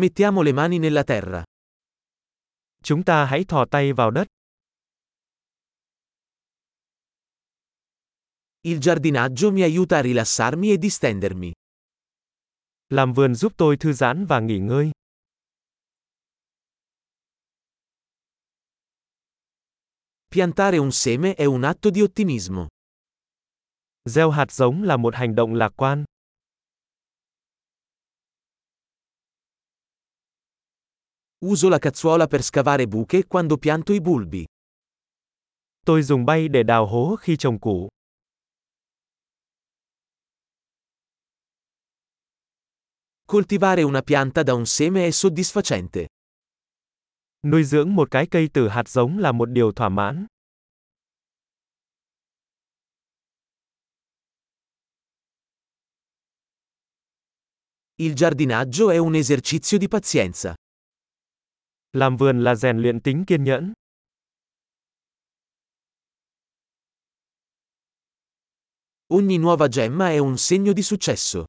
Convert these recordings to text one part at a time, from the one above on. Mettiamo le mani nella terra. Chúng ta hãy thò tay vào đất. Il giardinaggio mi aiuta a rilassarmi e distendermi. Làm vườn giúp tôi thư giãn và nghỉ ngơi. Piantare un seme è un atto di ottimismo. Gieo hạt giống là một hành động lạc quan. Uso la cazzuola per scavare buche quando pianto i bulbi. Tôi dùng bay để đào hố khi trồng củ. Coltivare una pianta da un seme è soddisfacente. Nuôi dưỡng một cái cây từ hạt giống là một điều thỏa mãn. Il giardinaggio è un esercizio di pazienza. Làm vườn là rèn luyện tính kiên nhẫn. Ogni nuova gemma è un segno di successo.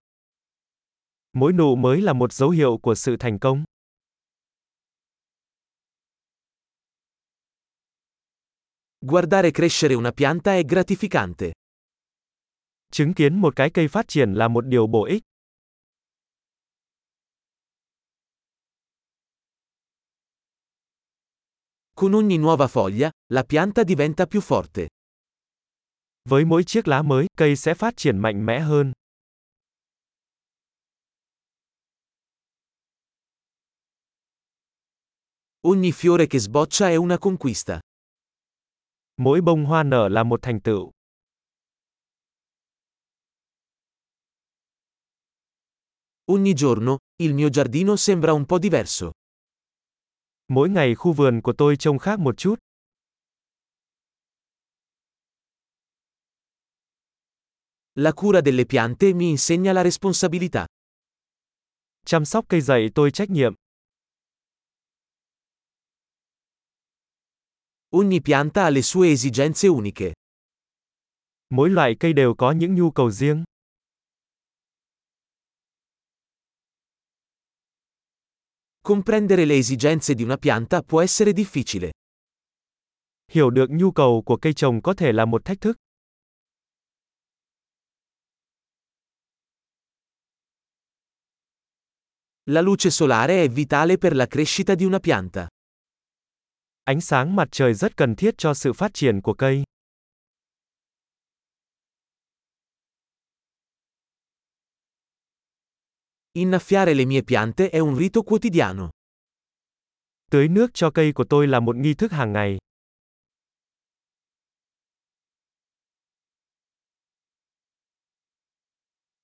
Mỗi nụ mới là một dấu hiệu của sự thành công. Guardare crescere una pianta è gratificante. Chứng kiến một cái cây phát triển là một điều bổ ích. Con ogni nuova foglia, la pianta diventa più forte. Với mỗi chiếc lá mới, cây sẽ phát triển mạnh mẽ hơn. Ogni fiore che sboccia è una conquista. Mỗi bông hoa nở là một thành tựu. Ogni giorno, il mio giardino sembra un po' diverso. Mỗi ngày khu vườn của tôi trông khác một chút. La cura delle piante mi insegna la responsabilità. Chăm sóc cây dạy tôi trách nhiệm. Ogni pianta ha le sue esigenze uniche. Mỗi loại cây đều có những nhu cầu riêng. Comprendere le esigenze di una pianta può essere difficile. Hiểu được nhu cầu của cây trồng có thể là một thách thức. La luce solare è vitale per la crescita di una pianta. Ánh sáng mặt trời rất cần thiết cho sự phát triển của cây. Innaffiare le mie piante è un rito quotidiano. Tưới nước cho cây của tôi là một nghi thức hàng ngày.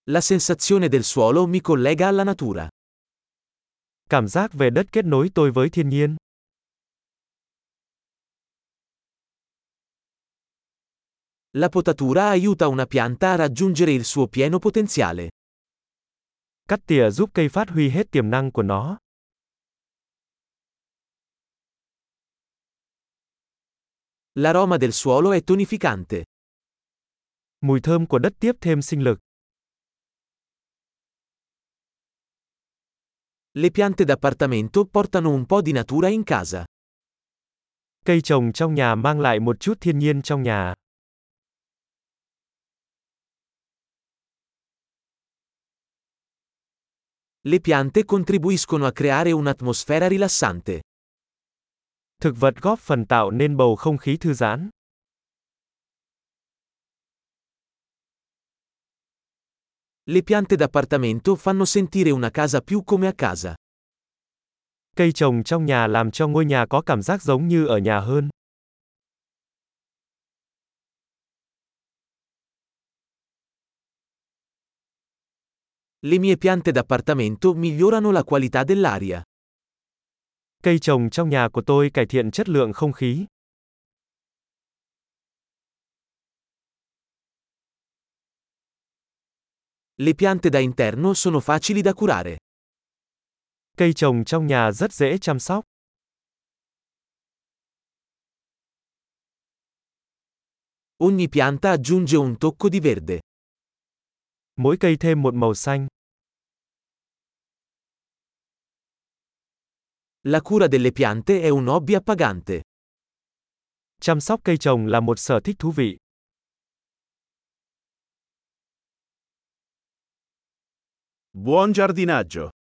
La sensazione del suolo mi collega alla natura. Cảm giác về đất kết nối tôi với thiên nhiên. La potatura aiuta una pianta a raggiungere il suo pieno potenziale. Cắt tỉa giúp cây phát huy hết tiềm năng của nó. L'aroma del suolo è tonificante. Mùi thơm của đất tiếp thêm sinh lực. Le piante d'appartamento portano un po' di natura in casa. Cây trồng trong nhà mang lại một chút thiên nhiên trong nhà. Le piante contribuiscono a creare un'atmosfera rilassante. Thực vật góp phần tạo nên bầu không khí thư giãn. Le piante d'appartamento fanno sentire una casa più come a casa. Cây trồng trong nhà làm cho ngôi nhà có cảm giác giống như ở nhà hơn. Le mie piante d'appartamento migliorano la qualità dell'aria. Cây trồng trong nhà của tôi cải thiện chất lượng không khí. Le piante da interno sono facili da curare. Cây trồng trong nhà rất dễ chăm sóc. Ogni pianta aggiunge un tocco di verde. Mỗi cây thêm một màu xanh. La cura delle piante è un hobby appagante. Chăm sóc cây trồng là một sở thích thú vị. Buon giardinaggio!